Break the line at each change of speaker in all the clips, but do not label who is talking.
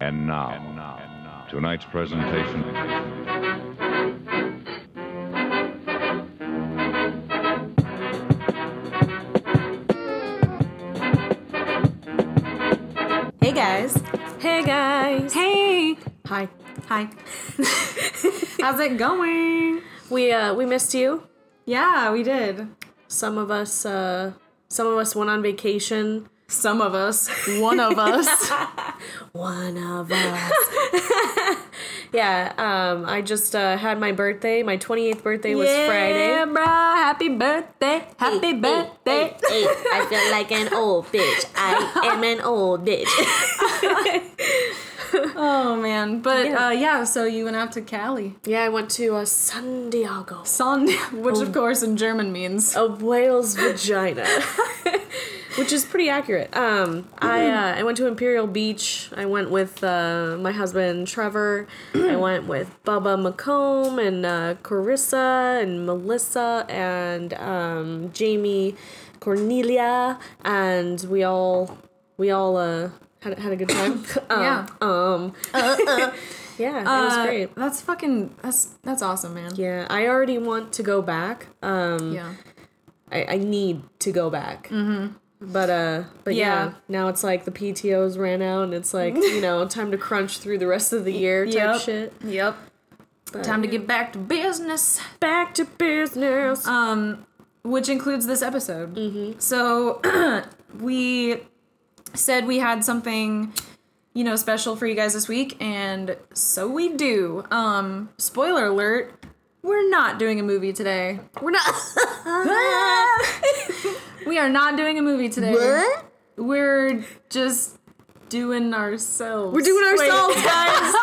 And now, and now, tonight's presentation.
Hey guys.
Hey guys.
Hey.
Hi.
Hi. How's it going?
We uh we missed you.
Yeah, we did.
Some of us uh some of us went on vacation.
Some of us, one of us.
One of us. yeah, um I just uh had my birthday. My 28th birthday was Friday.
bro. Happy birthday. Happy birthday.
I feel like an old bitch. I am an old bitch.
Oh man. But
Yeah.
uh yeah, so you went out to Cali.
yeah, I went to uh, San Diego.
Son which of course in German means
a whale's vagina, which is pretty accurate. Um, I uh, I went to Imperial Beach. I went with uh, my husband Trevor. I went with Bubba McComb and uh, Carissa and Melissa and um, Jamie Cornelia, and we all we all uh, had had a good time. um,
Yeah.
Um. yeah, it was
Uh,
great.
That's fucking that's that's awesome, man.
Yeah, I already want to go back. Um,
Yeah.
I, I need to go back. Mm-hmm. But uh, but yeah.
Yeah.
now it's like the PTOs ran out, and it's like you know time to crunch through the rest of the year type
Yep.
shit.
Yep.
But-
Time to get back to business.
back to business.
um, which includes this episode.
Mm-hmm.
So we said we had something, you know, special for you guys this week, and so we do. Um, spoiler alert: we're not doing a movie today.
We're not.
We are not doing a movie today. We're just doing ourselves.
We're doing
Wait.
ourselves, guys.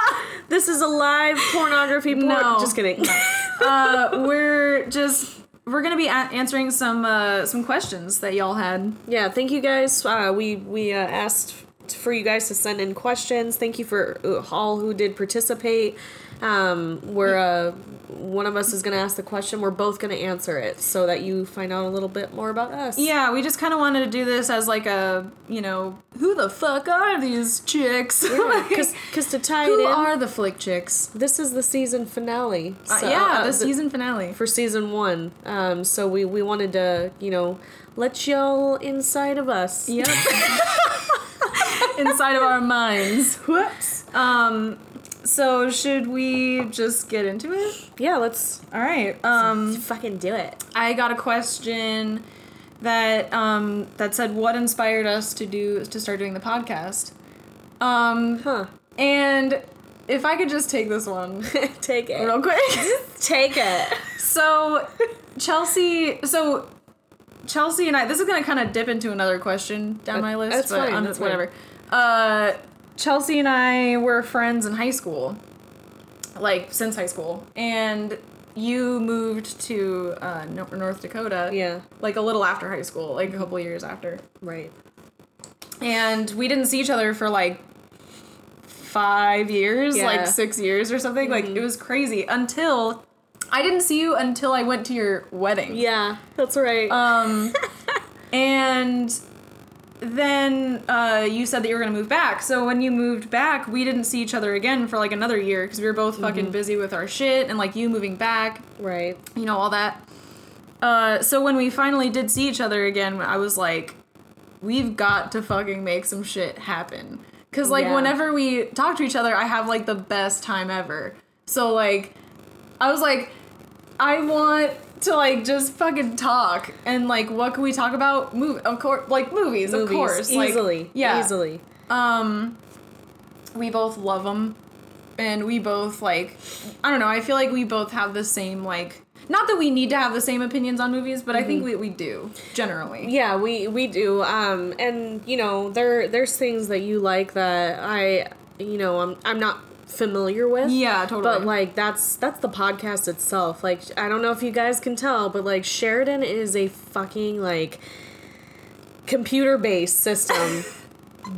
this is a live pornography. Porn.
No.
just kidding.
uh, we're just. We're gonna be a- answering some uh, some questions that y'all had.
yeah, thank you guys. Uh, we we uh, asked for you guys to send in questions. Thank you for uh, all who did participate. Um, we're uh, one of us is going to ask the question. We're both going to answer it so that you find out a little bit more about us.
Yeah, we just kind of wanted to do this as like a, you know, who the fuck are these chicks?
because to tie it
who
in,
are the flick chicks?
this is the season finale.
Uh,
so-
yeah,
uh,
the
th-
season finale.
for season one. Um, so we we wanted to you know let y'all inside of us.
Yep. Inside of our minds.
Whoops.
Um, so should we just get into it?
Yeah, let's
All right. Um,
fucking do it.
I got a question that um that said what inspired us to do to start doing the podcast. Um,
Huh.
and if I could just take this one
Take it.
real quick.
Take it.
So Chelsea, so Chelsea and I. This is gonna kind of dip into another question down my list,
That's
but
fine,
um,
that's fine.
whatever. Uh, Chelsea and I were friends in high school, like since high school, and you moved to uh, Nor- North Dakota,
Yeah.
like a little after high school, like a couple years after,
Right.
and we didn't see each other for like five years,
Yeah. Mm-hmm.
like six years or something. Like it was crazy until. I didn't see you until I went to your wedding.
Yeah, that's right.
Um, and then uh, you said that you were going to move back. So when you moved back, we didn't see each other again for like another year because we were both fucking
Mm-hmm.
busy with our shit and like you moving back,
right.
you know, all that. Uh, so when we finally did see each other again, I was like, we've got to fucking make some shit happen. Cause like
Yeah.
whenever we talk to each other, I have like the best time ever. So like, I was like, I want to like just fucking talk and like, what can we talk about? Move, of course, like movies, of
Movies,
course, like-
easily.
yeah,
Easily.
um we both love them and we both like i don't know i feel like we both have the same like not that we need to have the same opinions on movies but i think we, we do generally
Yeah, we we do. Um, and you know there there's things that you like that I you know I'm I'm not familiar with.
yeah totally
But like that's that's the podcast itself. Like I don't know if you guys can tell, but like Sheridan is a fucking like computer-based system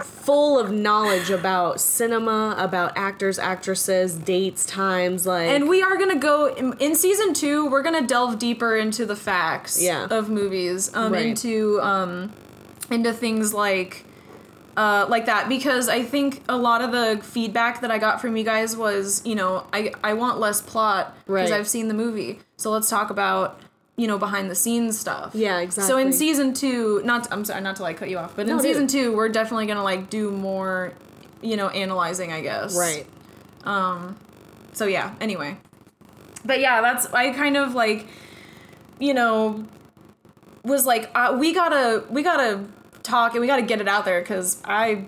full of knowledge about cinema, about actors, actresses, dates, times, like
and we are gonna go in, in season two we're gonna delve deeper into the facts
Yeah.
of movies um
Right.
into um into things like uh, like that because I think a lot of the feedback that I got from you guys was, you know, I, I want less plot because
Right.
I've seen the movie. So let's talk about, you know, behind the scenes stuff.
Yeah,
So in
exactly.
season two, not I'm sorry, not to like cut you off, but in
No, dude.
season two, we're definitely gonna like do more, you know, analyzing, I guess.
Right.
So yeah. Anyway. But yeah, that's I kind of like, you know, was like uh, we gotta we gotta talk and we gotta get it out there because I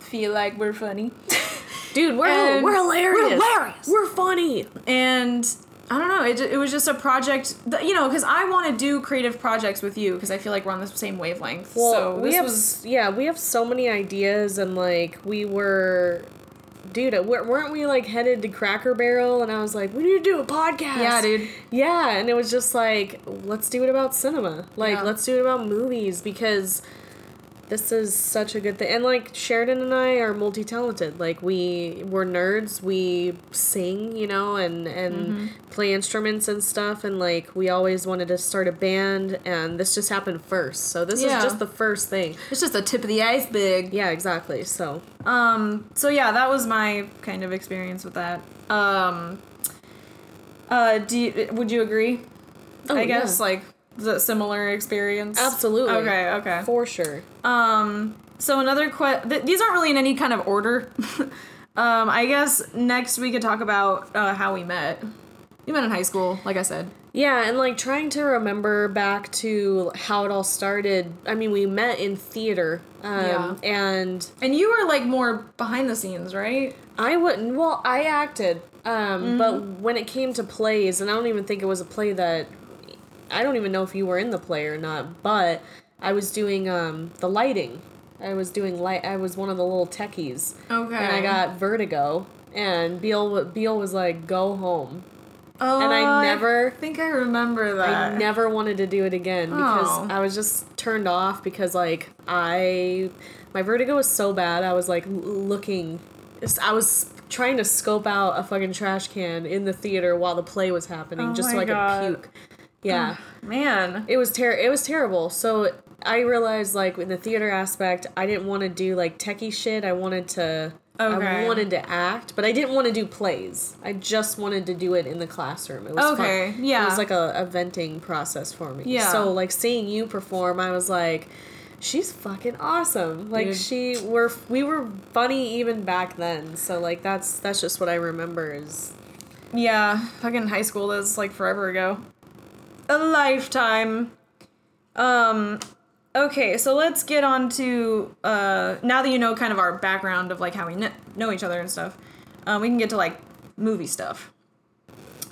feel like we're funny.
Dude, we're,
And-
we're hilarious.
We're hilarious.
We're funny.
and I don't know. It, ju- it was just a project, that, you know, because I want to do creative projects with you because I feel like we're on the same wavelength. so
we
this
have
was
s- yeah, we have so many ideas and like we were dude, w- weren't we like headed to Cracker Barrel and I was like, we need to do a podcast.
yeah, dude.
Yeah, and it was just like, let's do it about cinema. Like,
Yeah.
let's do it about movies because this is such a good thing. And like Sheridan and I are multi-talented. Like we we're nerds. We sing, you know, and and
Mm-hmm.
play instruments and stuff and like we always wanted to start a band and this just happened first. So this
Yeah.
is just the first thing.
It's just the tip of the iceberg.
Yeah, exactly. So,
so yeah, that was my kind of experience with that. Um, uh, do you, would you agree?
Oh,
I guess
yeah.
like the similar experience.
Absolutely.
Okay. Okay.
for sure.
so another question. Th- these aren't really in any kind of order. um, I guess next we could talk about uh, how we met. We met in high school, like I said.
Yeah, and like trying to remember back to how it all started. I mean, we met in theater, um, and
And you were like more behind the scenes, right?
I wouldn't. Well, I acted, um, but when it came to plays, and I don't even think it was a play that I don't even know if you were in the play or not. But I was doing um, the lighting. I was doing light. I was one of the little techies,
Okay.
and I got vertigo. And Beal wa- Beal was like, "Go home."
Oh,
and I never-
think I remember that.
I never wanted to do it again because
Oh.
I was just turned off because like I my vertigo was so bad. I was like l- looking I was trying to scope out a fucking trash can in the theater while the play was happening
Oh
just so
my
I
God.
could puke. Yeah.
Man.
It was ter- it was terrible. So I realized like in the theater aspect, I didn't want to do like techie shit. I wanted to
Okay.
I wanted to act, but I didn't want to do plays. I just wanted to do it in the classroom. It was fun.
Okay, yeah.
It was like a, a venting process for me.
Yeah.
So like seeing you perform, I was like She's fucking awesome. Like
Dude.
she were we were funny even back then. So like that's that's just what I remember is
Yeah, fucking high school is like forever ago. A lifetime. Um okay, so let's get on to uh now that you know kind of our background of like how we kn- know each other and stuff. Um we can get to like movie stuff.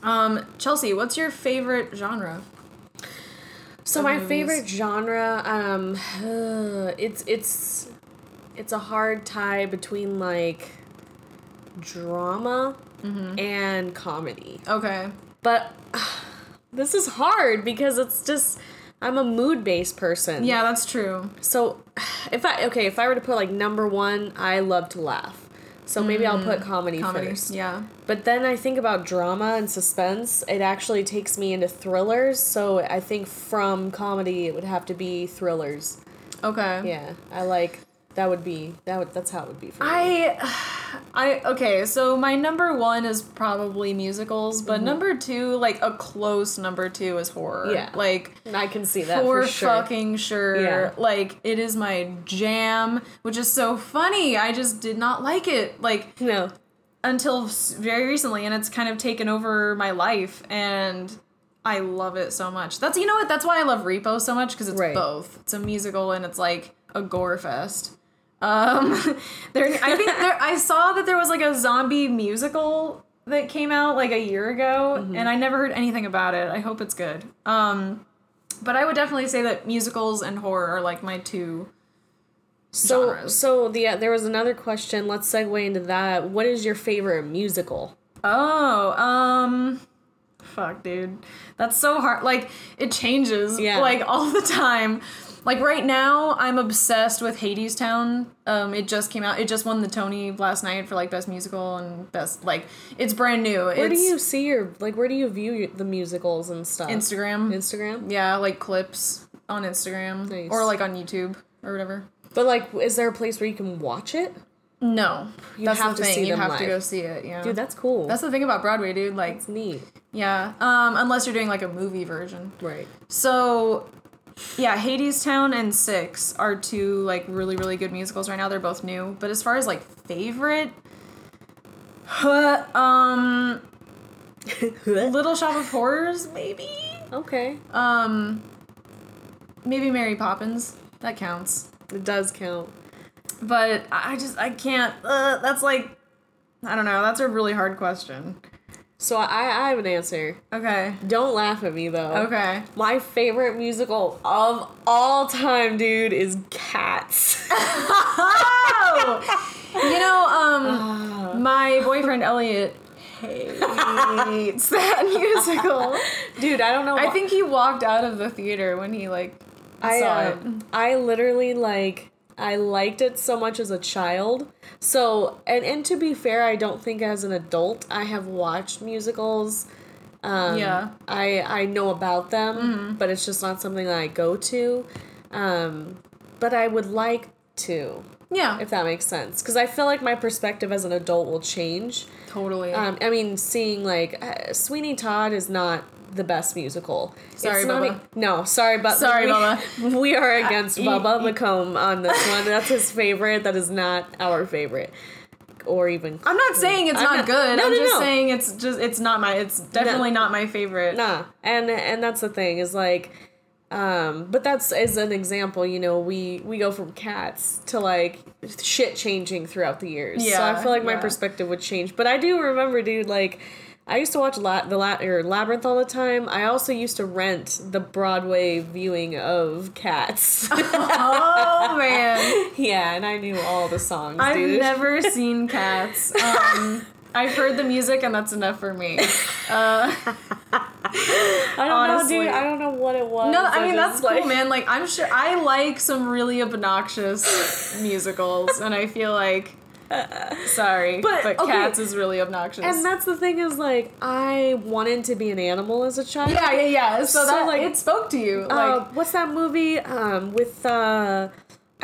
Um Chelsea, what's your favorite genre?
So
of
my
movies?
favorite genre, um, it's it's it's a hard tie between like drama
Mm-hmm.
and comedy,
Okay.
but this is hard because it's just I'm a mood based person.
Yeah, that's true.
So if I okay, if I were to put like number one, I love to laugh. So maybe I'll put comedy,
Mm. Comedy.
first.
Yeah.
But then I think about drama and suspense. It actually takes me into thrillers. So I think from comedy, it would have to be thrillers.
Okay.
Yeah, I like that. Would be that. Would, that's how it would be for me.
I I okay, so my number 1 is probably musicals, but
Mm-hmm.
number 2, like a close number 2 is horror.
Yeah.
Like
And I can see that
for
for sure.
fucking sure.
Yeah.
Like it is my jam, which is so funny. I just did not like it like
no,
until s- very recently, and it's kind of taken over my life, and I love it so much. That's you know what? That's why I love Repo so much because it's
Right.
both. It's a musical and it's like a gore fest. Um, there, I think there, I saw that there was like a zombie musical that came out like a year ago, and I never heard anything about it. I hope it's good. Um, but I would definitely say that musicals and horror are like my two.
so
genres.
so the there was another question. Let's segue into that. What is your favorite musical?
Oh, um fuck, dude. That's so hard. Like it changes
Yeah.
like all the time. Like right now I'm obsessed with Hades Town. Um it just came out. It just won the Tony last night for like best musical and best like it's brand new.
Where
it's
do you see your like? Where do you view your, the musicals and stuff?
Instagram?
Instagram.
Yeah, like clips on Instagram
Nice.
or like on YouTube or whatever.
But like, is there a place where you can watch it?
No,
You
that's
have
the
to
thing.
see
you
them
have to
live.
go see it. Yeah,
Dude, that's cool.
that's the thing about Broadway, dude. Like,
That's neat.
yeah, um, unless you're doing like a movie version.
Right.
So, yeah, Hades Town and Six are two like really really good musicals right now. They're both new, but as far as like favorite, um, Little Shop of Horrors maybe,
okay.
um, maybe Mary Poppins that counts.
It does count.
But I I just I can't. Uh, that's like, I don't know. That's a really hard question.
So I, I have an answer.
Okay.
Don't laugh at me though.
Okay.
My favorite musical of all time, dude, is Cats.
Oh! you know,
Uh.
um, my boyfriend Elliot hates that musical.
dude, I don't know.
I
why-
think he walked out of the theater when he like
I
saw
um, I literally like I liked it so much as a child. So and and to be fair, I don't think as an adult I have watched musicals. Um,
Yeah. Mm-hmm.
I I know about them, but it's just not something that I go to. Um, but I would like to,
it. Yeah,
if that makes sense, because I feel like my perspective as an adult will change.
totally.
Um, I mean, seeing like uh, Sweeney Todd is not the best musical.
Sorry,
it's not
Bubba.
a- no, sorry, but
Sorry,
we,
Bubba.
We are against
I-
Bubba Macomb on this one. That's his favorite. That is not our favorite, or even
I'm not saying it's
I'm
not,
not-
good.
No,
I'm
no,
just
no.
saying it's just it's not my. It's definitely not my favorite.
nah. And and that's the thing is like, um, but that's as an example. You know, we we go from cats to like shit changing throughout the years. so
Yeah,
I feel like my
yeah.
perspective would change. But I do remember, dude, like. I used to watch La- the La- or Labyrinth all the time. I also used to rent the Broadway viewing of Cats.
Oh man,
yeah, and I knew all the songs.
I've
dude.
never seen Cats. Um, I've heard the music and that's enough for me.
I don't know,
honestly-
dude. I don't know what it was.
No, I mean
just,
that's cool, man. Like I'm sure I like some really obnoxious musicals, and I feel like sorry,
But,
but,
okay.
Cats is really obnoxious.
And that's the thing is like I wanted to be an animal as a child.
yeah, yeah, yeah. So,
So,
that
like,
like it spoke to you,
Uh,
like
what's that movie um, with? Uh,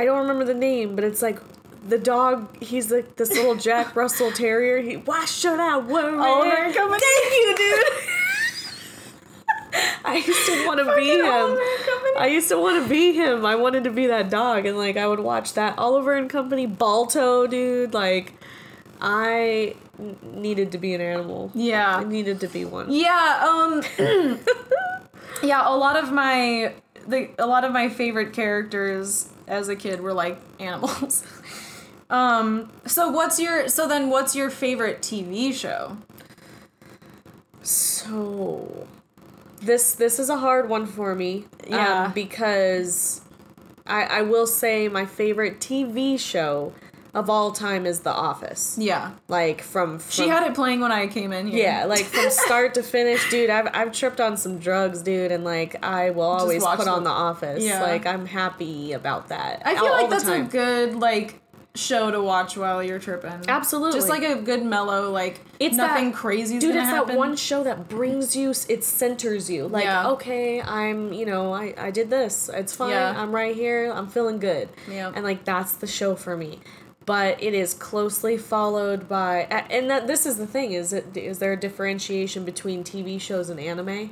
I don't remember the name, but it's like the dog. He's like this little Jack Russell Terrier. He why should I worry?
oh, they're coming. Thank you, dude.
I used to want to be him. I used to want to be him. I wanted to be that dog, and like I would watch that Oliver and Company, Balto, dude. Like I n- needed to be an animal. I
yeah,
needed to be one.
yeah, um, yeah. A lot of my the a lot of my favorite characters as a kid were like animals. Um, so what's your so then what's your favorite TV show?
So this this is a hard one for me. um,
Yeah.
because I I will say my favorite TV show of all time is The Office.
Yeah.
Like from, from
She had it playing when I came in here.
yeah, like from start to finish, dude. I've I've tripped on some drugs, dude, and like I will always
watch
put
them.
on The Office.
Yeah.
Like I'm happy about that.
I feel
all- all
like
the
that's a
time.
good like show to watch while you're tripping.
Absolutely.
Just like a good mellow like it's nothing
that-
crazy.
Dude,
gonna
it's
happen.
that one show that brings you. It centers you. Like,
Yeah.
okay, I'm. You know, I I did this. It's fine.
Yeah.
I'm right here. I'm feeling good.
Yeah.
And like that's the show for me. But it is closely followed by, a- and that this is the thing: is it is there a differentiation between TV shows and anime?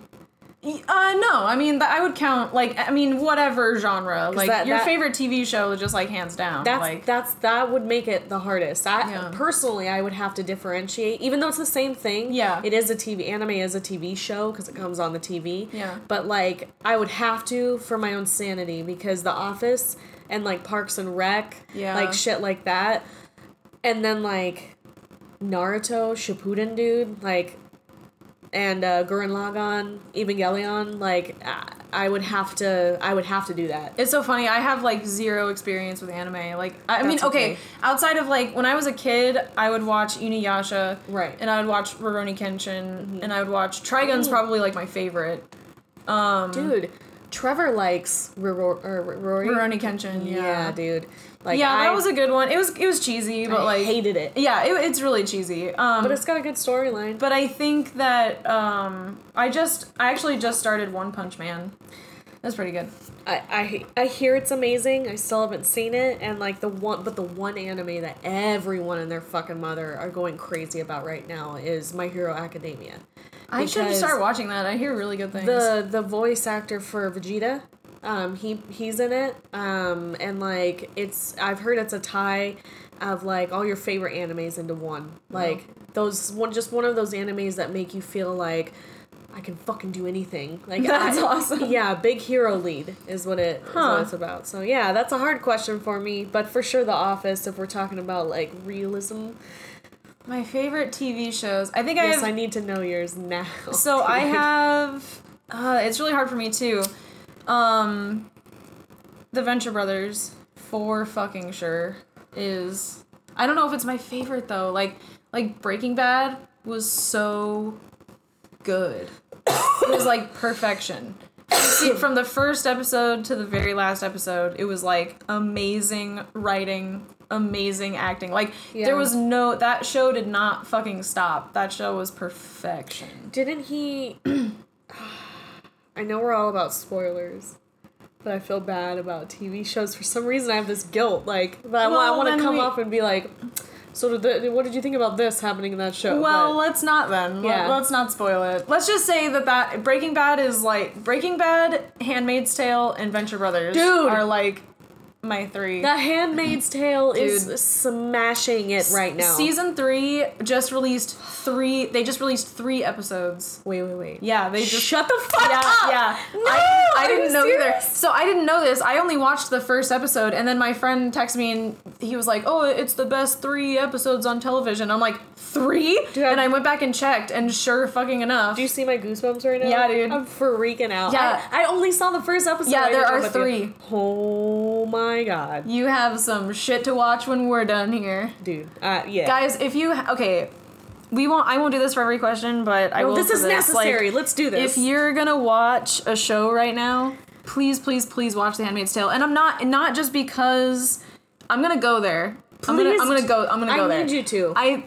Uh no, I mean th- I would count like I mean whatever genre like
that-
your
that-
favorite TV show just like hands down
That's
like
that's that would make it the hardest. I
Yeah.
personally, I would have to differentiate, even though it's the same thing.
Yeah.
it is a TV anime is a TV show because it comes on the TV.
Yeah.
but like I would have to for my own sanity because The Office and like Parks and Rec,
Yeah.
like shit like that, and then like Naruto Shippuden, dude, like. And uh, Gurren Lagann, Evangelion, like I- I would have to, I would have to do that.
It's so funny. I have like zero experience with anime. Like, I mean,
That's
okay.
okay.
outside of like when I was a kid, I would watch Inuyasha,
Right. Mm-hmm.
And I would watch Rurouni Kenshin, and I would watch Trigun's probably like my favorite. Um,
Dude, Trevor likes Ror- or Rory.
Rurouni Kenshin,
yeah.
yeah,
dude. Like,
yeah,
I,
that was a good one. It was it was cheesy, but
I
like,
hated it.
yeah, it, it's really cheesy. Um,
But it's got a good storyline.
but I think that um, I just I actually just started One Punch Man. That's pretty good.
I, I I hear it's amazing. I still haven't seen it, and like the one, but the one anime that everyone and their fucking mother are going crazy about right now is My Hero Academia.
I should
Because-
start watching that. I hear really good things.
The the voice actor for Vegeta, um, he he's in it, um, and like it's I've heard it's a tie of like all your favorite animes into one. Like those one, just one of those animes that make you feel like. I can fucking do anything. Like
That's
I-
awesome.
Yeah, big hero lead is what it is
Huh.
what it's about. So yeah, that's a hard question for me, but for sure, The Office. If we're talking about like realism,
My favorite TV shows. I think I
yes,
have
I need to know yours now.
So I have. Uh, it's really hard for me too. Um, the Venture Brothers for fucking sure is. I don't know if it's my favorite though. Like like Breaking Bad was so good. it was like perfection. You see, from the first episode to the very last episode, it was like amazing writing, amazing acting. Like
Yeah.
there was no that show did not fucking stop. That show was perfection.
Didn't he? I know we're all about spoilers, but I feel bad about TV shows. For some reason, I have this guilt. Like that I wa- I
Well,
want
then
to come
we-
up and be like, "So did the, what did you think about this happening in that show?"
Well,
But-
let's not then.
Yeah.
Yeah. Let's not spoil it. Let's just say that that Breaking Bad is like Breaking Bad, Handmaid's Tale, and Venture Brothers
Dude.
are like my three.
The Handmaid's Tale
Dude.
is smashing it right now.
Season three just released three. They just released three episodes.
Wait, wait, wait.
Yeah, they just
Shut the fuck
yeah,
up.
Yeah.
No,
I, I
are
didn't
you
know either.
serious?
So I didn't know this. I only watched the first episode, and then my friend texted me and he was like, "Oh, it's the best three episodes on television." I'm like, three?
Dude,
and
I-
I went back and checked, and sure fucking enough.
Do you see my goosebumps right now?
Yeah, dude.
I'm freaking out.
Yeah.
I, I only saw the first episode.
Yeah,
I didn't
there
know
are
about the-
three.
Oh my god,
You have some shit to watch when we're done here.
dude. Uh, yeah.
Guys, if you okay, we won't I won't do this for every question, but I
No,
will
this
for
is
Like,
necessary. Let's do this.
if you're going to watch a show right now, please please please watch The Handmaid's Tale. And I'm not not just because I'm going to go there. I'm going to I'm
Please.
going to go I'm going to
I
go there.
need you to.
I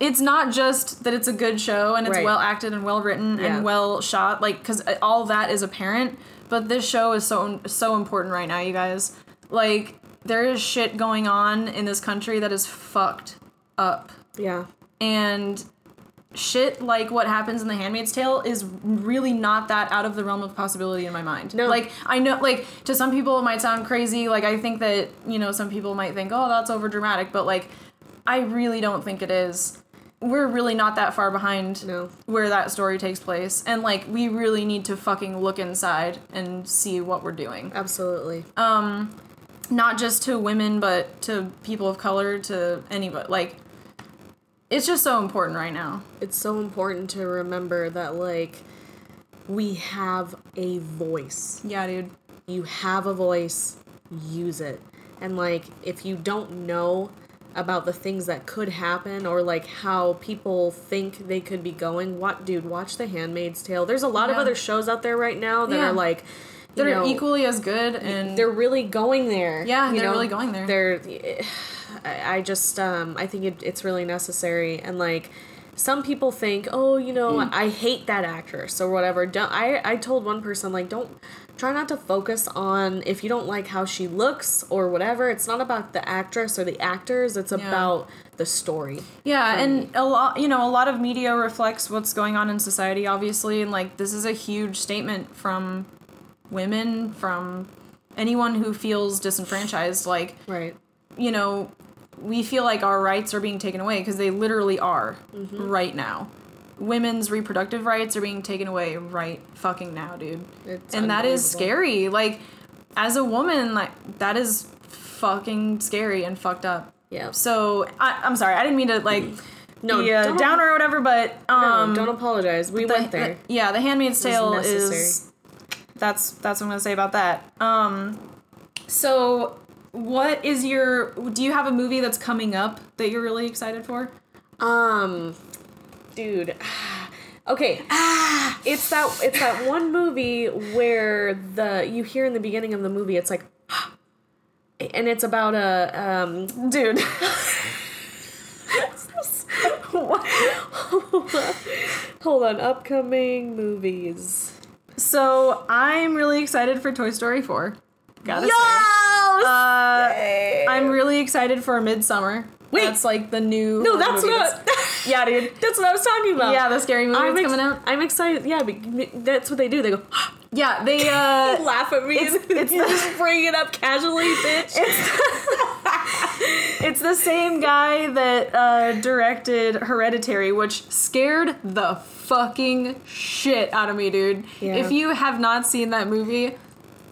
it's not just that it's a good show and it's
Right.
well acted and well written
Yeah.
and well shot like cuz all that is apparent, but this show is so so important right now, you guys. Like there is shit going on in this country that is fucked up
yeah.
and shit like what happens in the handmaid's tale is really not that out of the realm of possibility in my mind
No.
like i know like to some people it might sound crazy like i think that you know some people might think oh that's over dramatic but like i really don't think it is we're really not that far behind
No.
where that story takes place and like we really need to fucking look inside and see what we're doing
Absolutely.
Um, not just to women but to people of color to anybody like it's just so important right now
it's so important to remember that like we have a voice.
yeah dude
You have a voice, use it. And like if you don't know about the things that could happen or like how people think they could be going, what dude, watch The Handmaid's Tale. There's a lot of
Yeah.
other shows out there right now that
Yeah.
are like you
that are
know,
equally as good and
they're really going there.
Yeah,
you
they're really going there.
They're, I I just, um, I think it, it's really necessary. And like, some people think, oh, you know,
Mm.
I hate that actress or whatever. Don't, I, I told one person, like, don't, try not to focus on if you don't like how she looks or whatever. It's not about the actress or the actors, it's about the story.
yeah and a lot you know a lot of media reflects what's going on in society obviously and like this is a huge statement from women from anyone who feels disenfranchised like
Right.
you know, we feel like our rights are being taken away because they literally are
Mm-hmm.
right now. Women's reproductive rights are being taken away right fucking now, dude.
It's
and that is
unbelievable.
scary. Like, as a woman, like that is fucking scary and fucked up.
Yeah.
So I, I'm sorry, I didn't mean to like
No,
be a
don't-
downer or whatever, but um,
Um, don't apologize. We
the-
went there.
the- yeah, The Handmaid's Tale is
necessary.
that's that's what I'm gonna say about that. Um, so what is your? Do you have a movie that's coming up that you're really excited for?
Um, dude. Okay. It's that it's that one movie where the you hear in the beginning of the movie it's like and it's about a um
Dude,
hold on upcoming movies.
So I'm really excited for Toy Story 4. Gotta
Yo!
say. Uh, I'm really excited for Midsummer.
Wait.
That's like the new.
no, that's
movie
not.
yeah, dude.
that's what I was talking about.
Yeah, the scary movie
I'm
that's
ex-
coming out.
I'm excited. Yeah, be- that's what they do. They go
Yeah, they. uh
laugh at me.
It's-
and
it's
you
the-
just bring it up casually, bitch.
It's the same guy that uh, directed Hereditary, which scared the fucking shit out of me, dude.
Yeah.
If you have not seen that movie,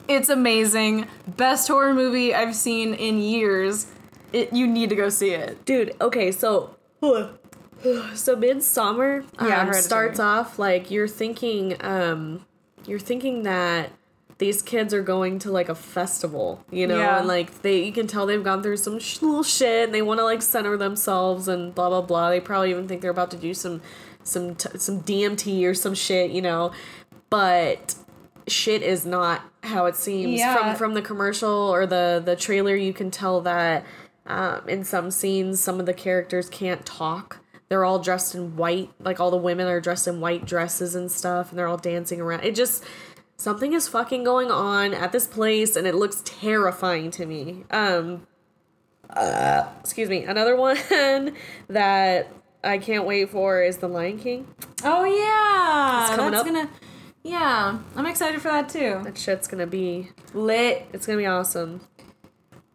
it's amazing. Best horror movie I've seen in years. It, you need to go see it.
Dude, okay, so so midsummer um,
Yeah, Hereditary.
starts off like you're thinking um you're thinking that these kids are going to like a festival, you know,
Yeah.
and like they you can tell they've gone through some sh- little shit and they want to like center themselves and blah blah blah. They probably even think they're about to do some some t- some DMT or some shit, you know. But shit is not how it seems
Yeah.
from from the commercial or the the trailer you can tell that um, in some scenes some of the characters can't talk they're all dressed in white like all the women are dressed in white dresses and stuff and they're all dancing around it just something is fucking going on at this place and it looks terrifying to me um uh, excuse me another one that i can't wait for is the lion king
Oh yeah,
coming
that's
up.
gonna. Yeah, I'm excited for that too.
that shit's gonna be
Lit.
it's gonna be awesome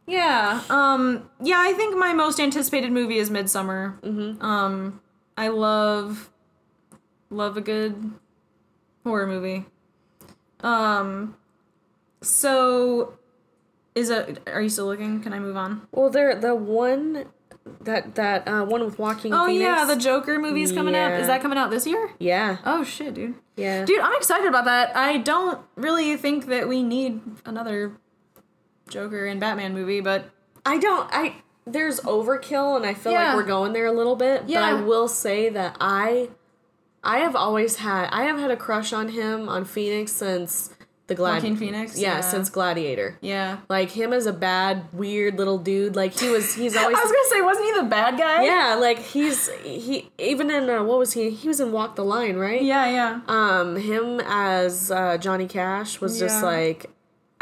Yeah. Um. Yeah, I think my most anticipated movie is Midsummer. Mm-hmm. Um. I love, love a good horror movie. Um. So, is a are you still looking? Can I move on?
Well, there the one that that uh, one with Walking.
Oh
Phoenix.
yeah, the Joker movie's coming out.
Yeah.
Is that coming out this year?
yeah
Oh shit, dude.
yeah
Dude, I'm excited about that. I don't really think that we need another Joker and Batman movie, but
I don't I there's overkill and I feel
Yeah.
like we're going there a little bit. But I
Yeah.
will say that I I have always had I have had a crush on him on Phoenix since the Glad
Joaquin Phoenix?
Yeah,
Yeah.
since Gladiator.
yeah.
Like him as a bad weird little dude. Like he was he's always
I was gonna say, wasn't he the bad guy?
yeah like he's he even in uh, what was he he was in Walk the Line right
Yeah, yeah.
um him as uh, Johnny Cash was just
Yeah.
like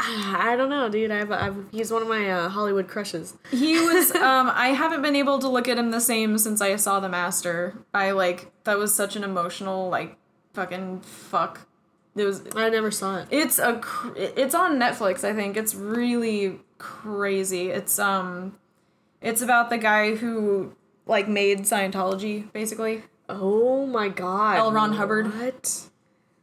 I don't know, dude. I've, I've he's one of my uh, Hollywood crushes.
He was. um, I haven't been able to look at him the same since I saw The Master. I like that was such an emotional like fucking fuck. It was.
I never saw it.
It's a. cr- It's on Netflix. I think it's really crazy. It's um, it's about the guy who like made Scientology basically.
Oh my god,
L. Ron Hubbard.
What?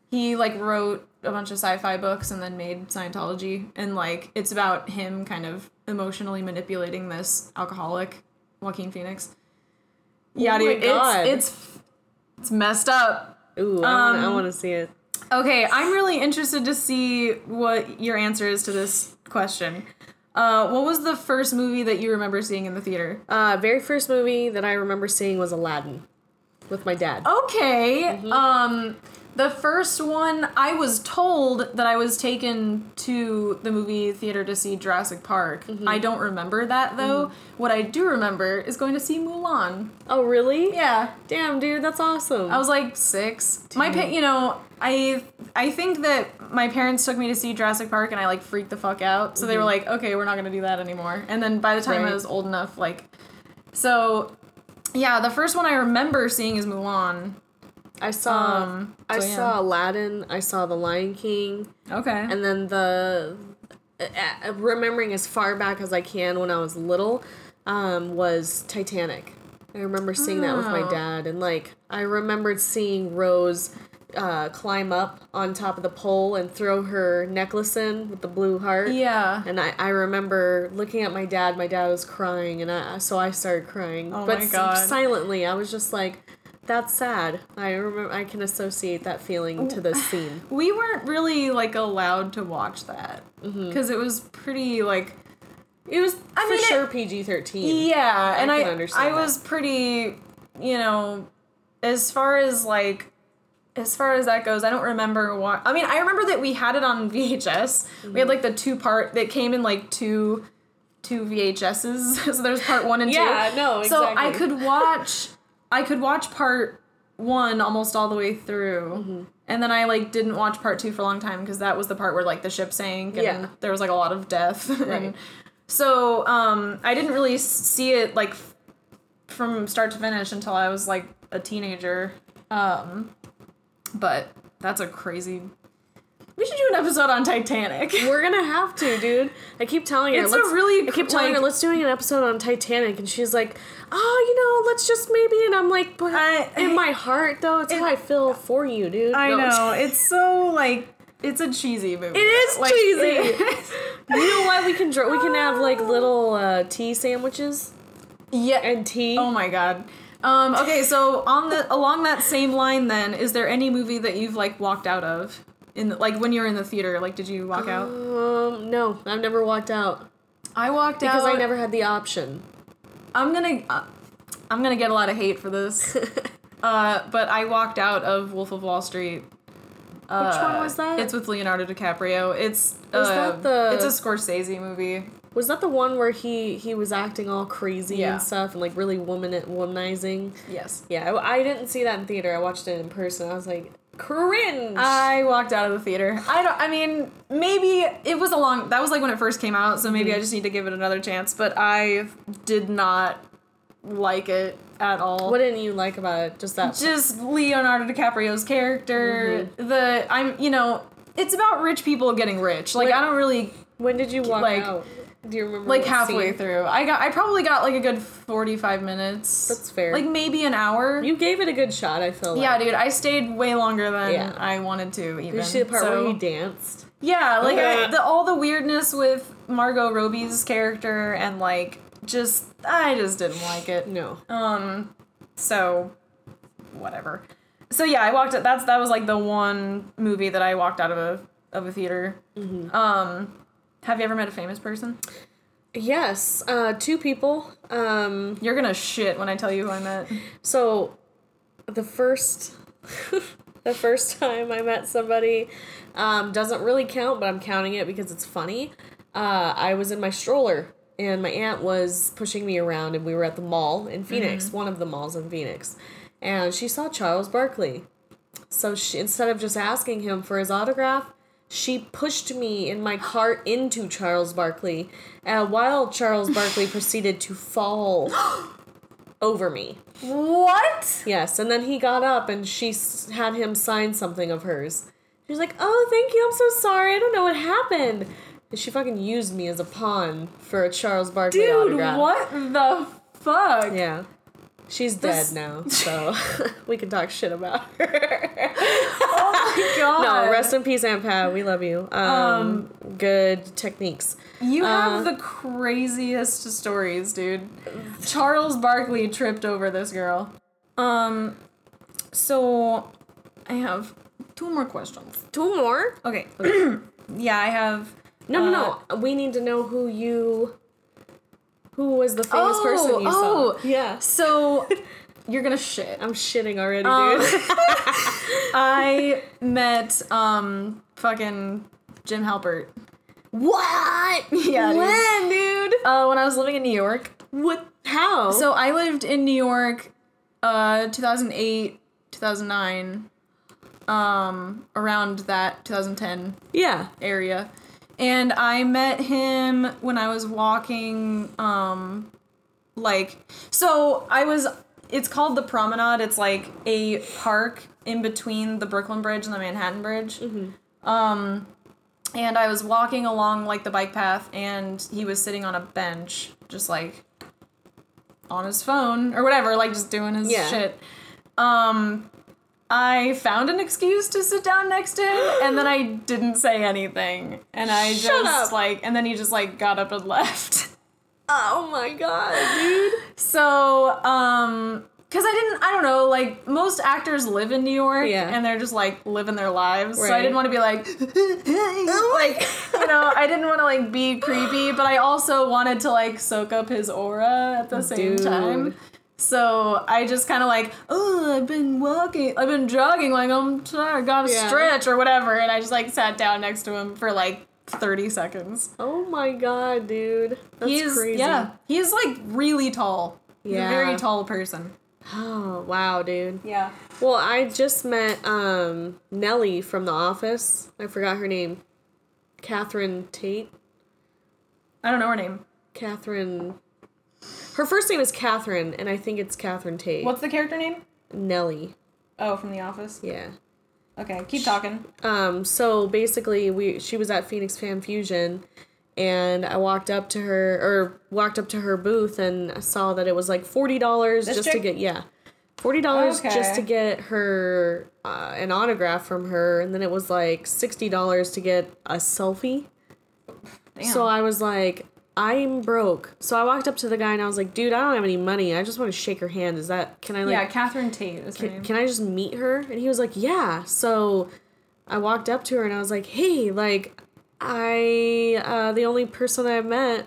he like wrote a bunch of sci-fi books and then made Scientology and like it's about him kind of emotionally manipulating this alcoholic Joaquin Phoenix. Yeah,
Oh my
dude,
God.
it's it's it's messed up.
Ooh, I
Um,
wanna- I want to see it.
Okay, I'm really interested to see what your answer is to this question. Uh, what was the first movie that you remember seeing in the theater?
Uh, very first movie that I remember seeing was Aladdin, with my dad.
Okay. Um the first one I was told that I was taken to the movie theater to see Jurassic Park. I don't remember that though. What I do remember is going to see Mulan.
Oh really?
Yeah.
Damn, dude, that's awesome.
I was like 6. My pa- you know, I I think that my parents took me to see Jurassic Park and I like freaked the fuck out. So they were like, "Okay, we're not going to do that anymore." And then by the time
Right.
I was old enough like so yeah, the first one I remember seeing is Mulan.
I saw
um,
I
so yeah.
saw Aladdin. I saw The Lion King.
Okay.
and then the uh, remembering as far back as I can when I was little um, was Titanic. I remember seeing that with my
Oh.
dad, and like I remembered seeing Rose uh, climb up on top of the pole and throw her necklace in with the blue heart.
yeah.
And I, I remember looking at my dad. My dad was crying, and I so I started crying.
Oh
but
my
s-
God.
silently, I was just like, "That's sad." I remember I can associate that feeling to this scene.
we weren't really like allowed to watch that because it was pretty like it was Mm-hmm. i
For
mean it-
sure, PG thirteen.
yeah and
can
i
understand
i was pretty you know as far as like as far as that goes i don't remember what i mean i remember that we had it on vhs we had like the two part that came in like two two vhs's so there's part one and two
Yeah, no,
so i
exactly.
could watch i could watch part one almost all the way through.
Mm-hmm.
And then I like didn't watch part two for a long time because that was the part where like the ship sank and
Yeah.
there was like a lot of death.
Right.
and so um, I didn't really s- see it like f- from start to finish until I was like a teenager. Um, but that's a crazy. We should do an episode on Titanic.
We're gonna have to, dude. I keep telling her.
It's a
let's,
really
I keep telling her
like-
let's do an episode on Titanic, and she's like, "Oh, you know, let's just maybe." And I'm like, "But
I-
in my heart, though, it's
It-
how I feel for you, dude."
I
No, I'm just-
know it's so like it's a cheesy movie.
It is
Like,
cheesy.
it is.
you know what? We can dr- we can have like little uh, tea sandwiches
yeah.
and tea.
Oh my god. Um, okay, so on the along that same line, then is there any movie that you've like walked out of in the, like when you were in the theater? Like, did you walk out?
Um, no, I've never walked out
Uh, I walked
because
out
I never had the option.
I'm gonna. Uh, I'm gonna get a lot of hate for this, uh, but I walked out of Wolf of Wall Street. Uh,
Which one was that?
It's with Leonardo DiCaprio. It's
Was
uh,
that the-
It's a Scorsese movie.
Was that the one where he he was acting all crazy
Yeah.
and stuff and like really woman womanizing?
Yes.
Yeah, I, I didn't see that in theater. I watched it in person. I was like, cringe.
I walked out of the theater. I don't. I mean, maybe it was a long. That was like when it first came out, so
Mm-hmm.
maybe I just need to give it another chance. But I did not like it at all.
what didn't you like about it? Just that.
just Leonardo DiCaprio's character.
Mm-hmm.
The I'm you know it's about rich people getting rich. Like,
Like-
I don't really
when did you walk
like-
out? Do you remember?
like
what
halfway
scene?
through. I got I probably got like a good forty five minutes.
That's fair.
Like maybe an hour.
You gave it a good shot. I feel.
yeah,
like.
dude, I stayed way longer than
Yeah.
I wanted to. Even
Did you see the part
so,
where he danced?
yeah, like I,
Yeah.
the, all the weirdness with Margot Robbie's character and like just I just didn't like it.
No.
Um, so whatever. So yeah, I walked. That's that was like the one movie that I walked out of a of a theater.
Mm-hmm.
Um, have you ever met a famous person?
Yes, uh, two people. Um,
You're gonna shit when I tell you who I met.
so the first, the first time I met somebody, um, doesn't really count, but I'm counting it because it's funny. Uh, I was in my stroller and my aunt was pushing me around, and we were at the mall in Phoenix, one of the malls in Phoenix, and she saw Charles Barkley. So she, instead of just asking him for his autograph, she pushed me in my cart into Charles Barkley, uh, while Charles Barkley proceeded to fall over me.
What?
Yes, and then he got up and she s- had him sign something of hers. She was like, "Oh, thank you. I'm so sorry. I don't know what happened." And she fucking used me as a pawn for a Charles Barkley
Dude,
autograph.
what the fuck?
Yeah. She's
This-
dead now, so we can talk shit about her.
Oh my god.
No, rest in peace, Aunt Pat. We love you. Um, good techniques.
You
Uh,
have the craziest stories, dude. Charles Barkley tripped over this girl. Um, so I have two more questions.
Two more?
Okay. yeah, I have.
No, no,
uh,
no. We need to know who you. Who was the famous
Oh,
person you
oh.
saw? Yeah.
So you're gonna shit.
I'm shitting already,
Um,
dude.
I met um fucking Jim Halpert.
What?
Yeah, dude.
When, dude?
Uh, when I was living in New York.
What? How?
So I lived in New York, uh, 2008, 2009, um, around that 2010
yeah.
area, and I met him when I was walking, um, like, so I was. It's called the Promenade. It's like a park in between the Brooklyn Bridge and the Manhattan Bridge. Um, and I was walking along like the bike path, and he was sitting on a bench, just like on his phone or whatever, like just doing his
Yeah.
shit. Um, I found an excuse to sit down next to him, and then I didn't say anything, and I
Shut
just
up.
like, and then he just like got up and left.
Oh my god, dude.
So, um, because I didn't, I don't know, like most actors live in New York
Yeah.
and they're just like living their lives. So I
Right.
didn't want to be like, like, you know, I didn't want to like be creepy, but I also wanted to like soak up his aura at the same
Dude.
time. So I just kind of like, oh, I've been walking, I've been jogging, like I'm tired, gotta
Yeah.
stretch or whatever. And I just like sat down next to him for like 30 seconds.
Oh my god, dude. That's
he's,
crazy.
yeah, he's like really tall. He's a
Yeah.
very tall person.
Oh wow, dude.
Yeah.
Well, I just met um, Nellie from The Office. I forgot her name. Catherine Tate.
I don't know her name.
Catherine. Her first name is Catherine, and I think it's Catherine Tate.
What's the character name?
Nellie?
Oh, from The Office.
Yeah.
Okay, keep talking.
Um, so basically, we she was at Phoenix Fan Fusion, and I walked up to her or walked up to her booth and I saw that it was like forty dollars
This
just to
chick?
get yeah, forty dollars
Okay.
just to get her uh, an autograph from her, and then it was like sixty dollars to get a selfie.
Damn.
So I was like, I'm broke. So I walked up to the guy and I was like, dude, I don't have any money. I just want to shake her hand. Is that can I like
yeah, Catherine Tate is her
can,
name.
can I just meet her? And he was like, yeah. So I walked up to her and I was like, hey, like, I, uh, the only person I met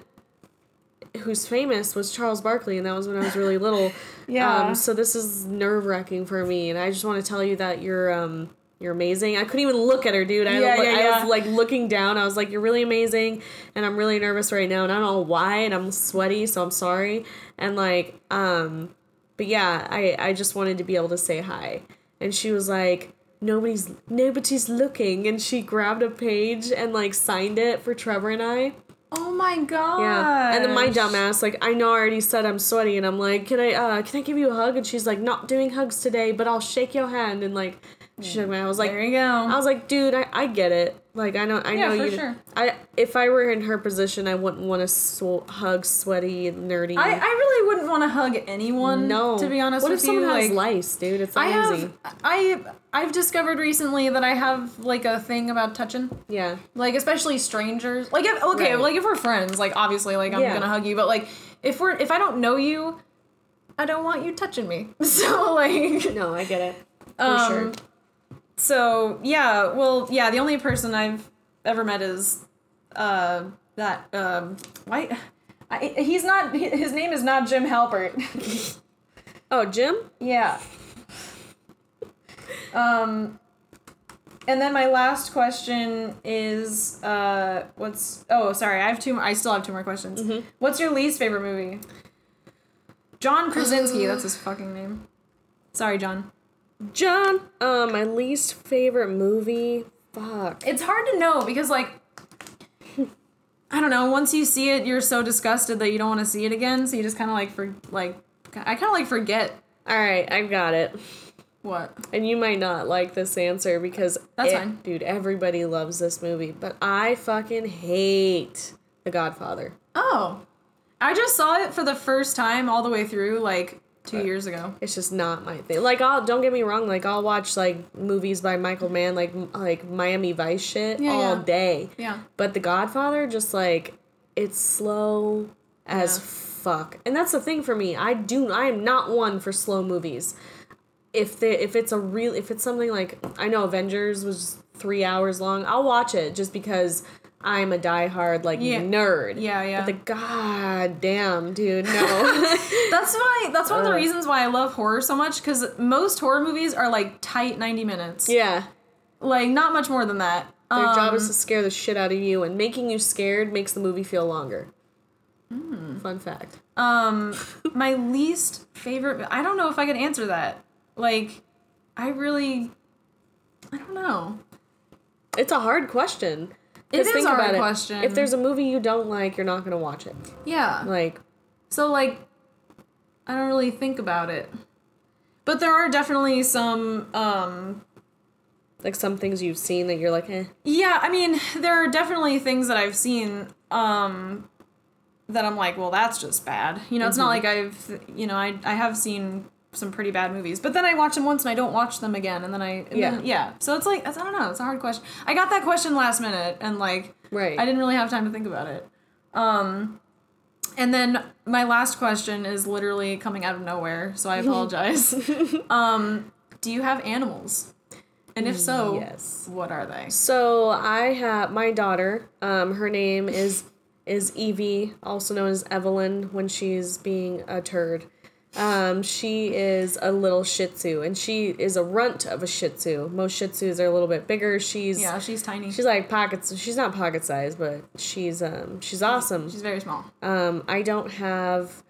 who's famous was Charles Barkley, and that was when I was really little.
Yeah.
Um, so this is nerve wracking for me, and I just want to tell you that you're, um, you're amazing. I couldn't even look at her, dude. I,
Yeah,
lo-
yeah,
I
yeah.
was like looking down. I was like, "You're really amazing," and I'm really nervous right now, and I don't know why. And I'm sweaty, so I'm sorry. And like, um, but yeah, I I just wanted to be able to say hi. And she was like, nobody's nobody's looking, and she grabbed a page and like signed it for Trevor and I.
oh my god.
Yeah. And then my dumbass, like, I know I already said I'm sweaty, and I'm like, can I uh can I give you a hug? And she's like, not doing hugs today, but I'll shake your hand. And like, she shook my. hand. I was like,
There you go.
I was like, dude, I, I get it. Like I know I
Yeah,
know
for
you.
sure.
I if I were in her position, I wouldn't want to sw- hug sweaty nerdy.
I, I really wouldn't want to hug anyone.
no,
To be honest
what
with
if someone
you,
has
like,
lice, dude? It's not
I
easy.
have I I've discovered recently that I have like a thing about touching.
Yeah,
Like especially strangers. Like if okay,
Right.
like if we're friends, like obviously like I'm
Yeah.
gonna hug you, but like if we're if I don't know you, I don't want you touching me. So like
no, I get it. For
um,
sure.
So yeah, well yeah, the only person I've ever met is uh that um why I, he's not hi- his name is not Jim Halpert.
Oh, Jim?
yeah. Um and then my last question is uh what's oh sorry, I have two more, I still have two more questions. What's your least favorite movie? John Krasinski, that's his fucking name. Sorry, John.
John. Uh, my least favorite movie. Fuck.
it's hard to know because like I don't know. Once you see it, you're so disgusted that you don't want to see it again. So you just kind of like for like I kind of like forget
All right, I've got it.
what.
And you might not like this answer because
That's
e-
fine.
dude, everybody loves this movie, but I fucking hate The Godfather.
Oh, I just saw it for the first time all the way through like two years ago.
It's just not my thing. Like, I'll don't get me wrong. Like, I'll watch like movies by Michael Mann, like m- like Miami Vice shit
Yeah,
all
yeah.
day.
Yeah.
But The Godfather, just like it's slow as
Yeah.
fuck, and that's the thing for me. I do. I am not one for slow movies. If they, if it's a real, if it's something like I know Avengers was three hours long, I'll watch it just because I'm a diehard like
Yeah.
nerd.
Yeah, yeah.
But the goddamn dude, no.
That's why. That's one of the
Ugh.
reasons why I love horror so much because most horror movies are like tight ninety minutes.
yeah.
Like not much more than that. Um,
Their job is to scare the shit out of you, and making you scared makes the movie feel longer.
Hmm.
Fun fact.
Um, my least favorite. I don't know if I could answer that. Like, I really, I don't know.
It's a hard question.
It
'Cause
is
think
a hard
about it.
question.
If there's a movie you don't like, you're not gonna watch it.
Yeah.
Like,
So like, I don't really think about it. But there are definitely some. Um,
like some things you've seen that you're like, eh.
yeah, I mean, there are definitely things that I've seen. Um, that I'm like, well, that's just bad. You know, it's not like
Mm-hmm.
I've, you know, I I have seen some pretty bad movies, but then I watch them once and I don't watch them again, and then I and
Yeah.
then- yeah. So it's like I don't know, it's a hard question. I got that question last minute, and like
Right.
I didn't really have time to think about it. Um, and then my last question is literally coming out of nowhere, so I apologize. um, do you have animals? And if so,
Yes.
what are they?
So I have my daughter. Um, her name is is Evie, also known as Evelyn when she's being a turd. Um, she is a little Shih Tzu, and she is a runt of a Shih Tzu. Most Shih Tzus are a little bit bigger. She's
Yeah, she's tiny.
she's like pockets. She's not pocket sized, but she's um she's awesome.
she's very small.
Um, I don't have.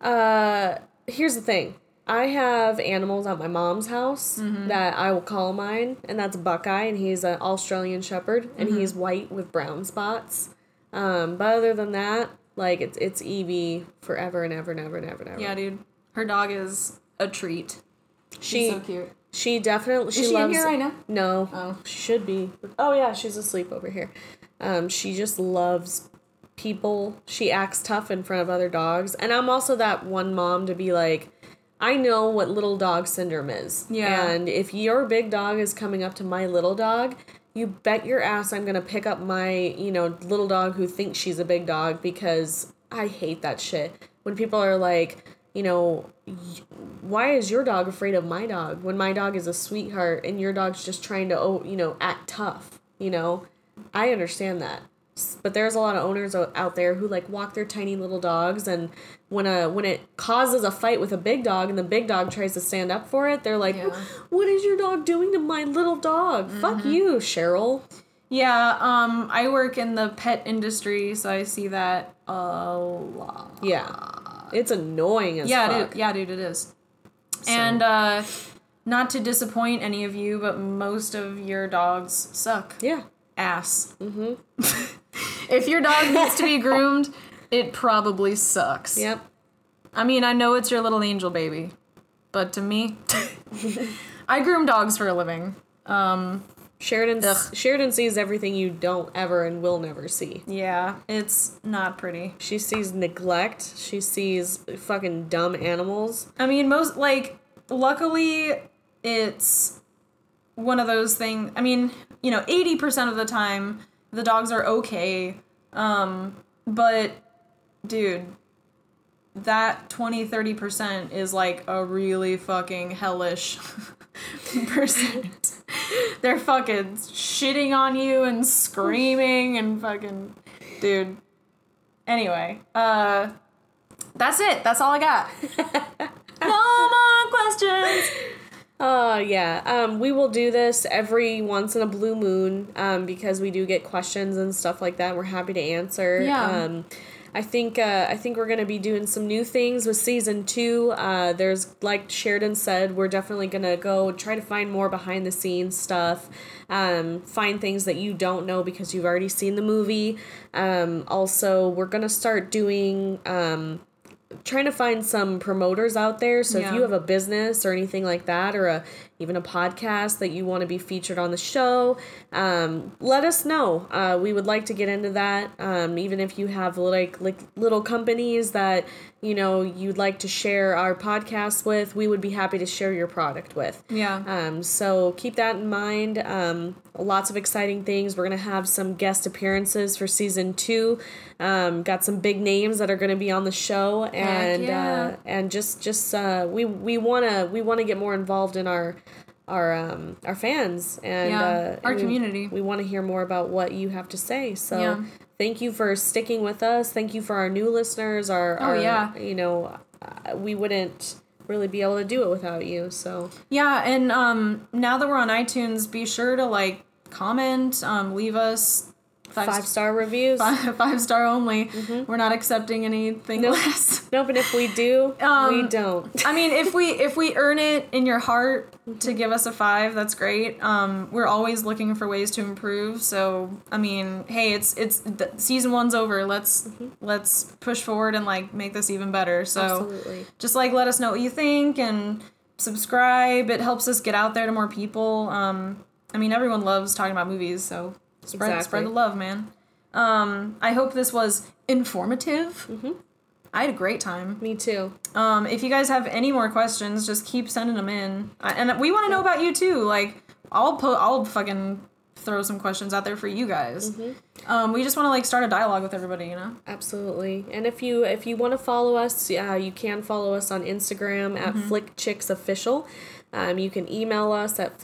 Uh, here's the thing. I have animals at my mom's house
Mm-hmm.
that I will call mine, and that's Buckeye, and he's an Australian Shepherd, and
Mm-hmm.
he's white with brown spots. Um, but other than that, like it's it's Evie forever and ever and ever and ever and ever.
Yeah, dude. Her dog is a treat.
she
so cute.
she definitely she
she in
loves
here right now?
No,
Oh.
she should be. Oh yeah, she's asleep over here. Um, she just loves people. She acts tough in front of other dogs, and I'm also that one mom to be like, I know what little dog syndrome is.
Yeah.
and if your big dog is coming up to my little dog. You bet your ass I'm gonna pick up my, you know, little dog who thinks she's a big dog because I hate that shit. When people are like, you know, why is your dog afraid of my dog when my dog is a sweetheart and your dog's just trying to oh you know act tough you know i understand that S- but there's a lot of owners o- out there who like walk their tiny little dogs and when a when it causes a fight with a big dog and the big dog tries to stand up for it they're like
Yeah.
what is your dog doing to my little dog fuck
Mm-hmm.
you cheryl
Yeah, um, I work in the pet industry, so I see that a lot.
yeah it's annoying as
yeah,
fuck
dude, yeah, dude, it is. And uh, not to disappoint any of you, but most of your dogs suck
yeah
ass.
Mm-hmm.
if your dog needs to be groomed, it probably sucks.
yep
I mean, I know it's your little angel baby, but to me, I groom dogs for a living.
sheridan
Ugh.
sheridan sees everything you don't ever and will never see
Yeah, it's not pretty.
She sees neglect. She sees fucking dumb animals.
I mean, most like luckily it's one of those things. I mean, you know, 80% of the time the dogs are okay. Um, but dude, that 20 30% is like a really fucking hellish percent. They're fucking shitting on you and screaming and fucking dude. Anyway, uh that's it. That's all I got. No more questions.
Oh yeah. Um, we will do this every once in a blue moon. Um, because we do get questions and stuff like that. We're happy to answer.
Yeah.
Um, I think uh, I think we're gonna be doing some new things with season two. Uh, there's like Sheridan said, we're definitely gonna go try to find more behind the scenes stuff, um, find things that you don't know because you've already seen the movie. Um, also, we're gonna start doing um, trying to find some promoters out there. So if
Yeah.
you have a business or anything like that, or a even a podcast that you want to be featured on the show, um, let us know. Uh, we would like to get into that. Um, even if you have like like little companies that you know you'd like to share our podcast with, we would be happy to share your product with.
Yeah.
Um, so keep that in mind. Um, lots of exciting things. We're gonna have some guest appearances for season two. Um, got some big names that are gonna be on the show, and
yeah.
uh, and just just uh, we we wanna we wanna get more involved in our our um, our fans and
Yeah,
uh,
our
we-
community.
We want to hear more about what you have to say. So.
Yeah.
Thank you for sticking with us. Thank you for our new listeners. Our, our
Oh, yeah.
you know, uh, we wouldn't really be able to do it without you. So
Yeah, and um, now that we're on iTunes, be sure to like comment, um, leave us five
five star reviews.
five, five star only. We're not accepting anything less.
No, but if we do,
Um,
we don't.
I mean, if we if we earn it in your heart to give us a five, that's great. Um, we're always looking for ways to improve. So I mean, hey, it's it's the, season one's over. Let's let's push forward and like make this even better. So
Absolutely.
just like let us know what you think and subscribe. It helps us get out there to more people. Um, I mean, everyone loves talking about movies, so spread
Exactly.
spread the love, man. Um, I hope this was informative. I had a great time.
Me too.
Um, if you guys have any more questions, just keep sending them in, I, and we want to know about you too. Like, I'll put, I'll fucking throw some questions out there for you guys. Um, we just want to like start a dialogue with everybody, you know.
Absolutely. And if you if you want to follow us, uh, you can follow us on Instagram at Flick Chicks Official. Um, you can email us at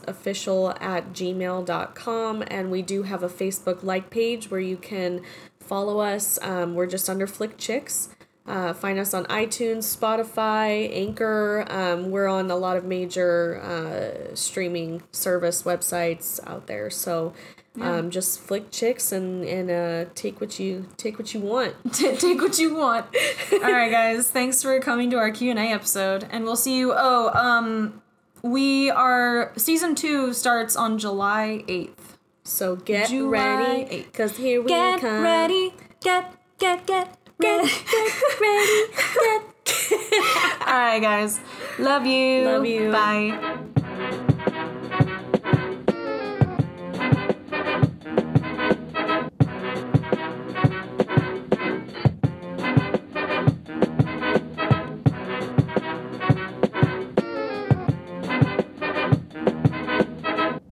flickchicksofficial at gmail.com. And we do have a Facebook like page where you can follow us. Um, we're just under Flick Chicks. Uh, find us on iTunes, Spotify, Anchor. Um, we're on a lot of major uh, streaming service websites out there. So um, just flick chicks and and uh, take what you take what you want.
T- take what you want. All right, guys. Thanks for coming to our Q and A episode, and we'll see you. Oh, um, we are season two starts on July eighth.
So get
July
ready,
eighth.
because here we come.
get get get get get ready. Get. All right, guys. Love you.
Love you.
Bye.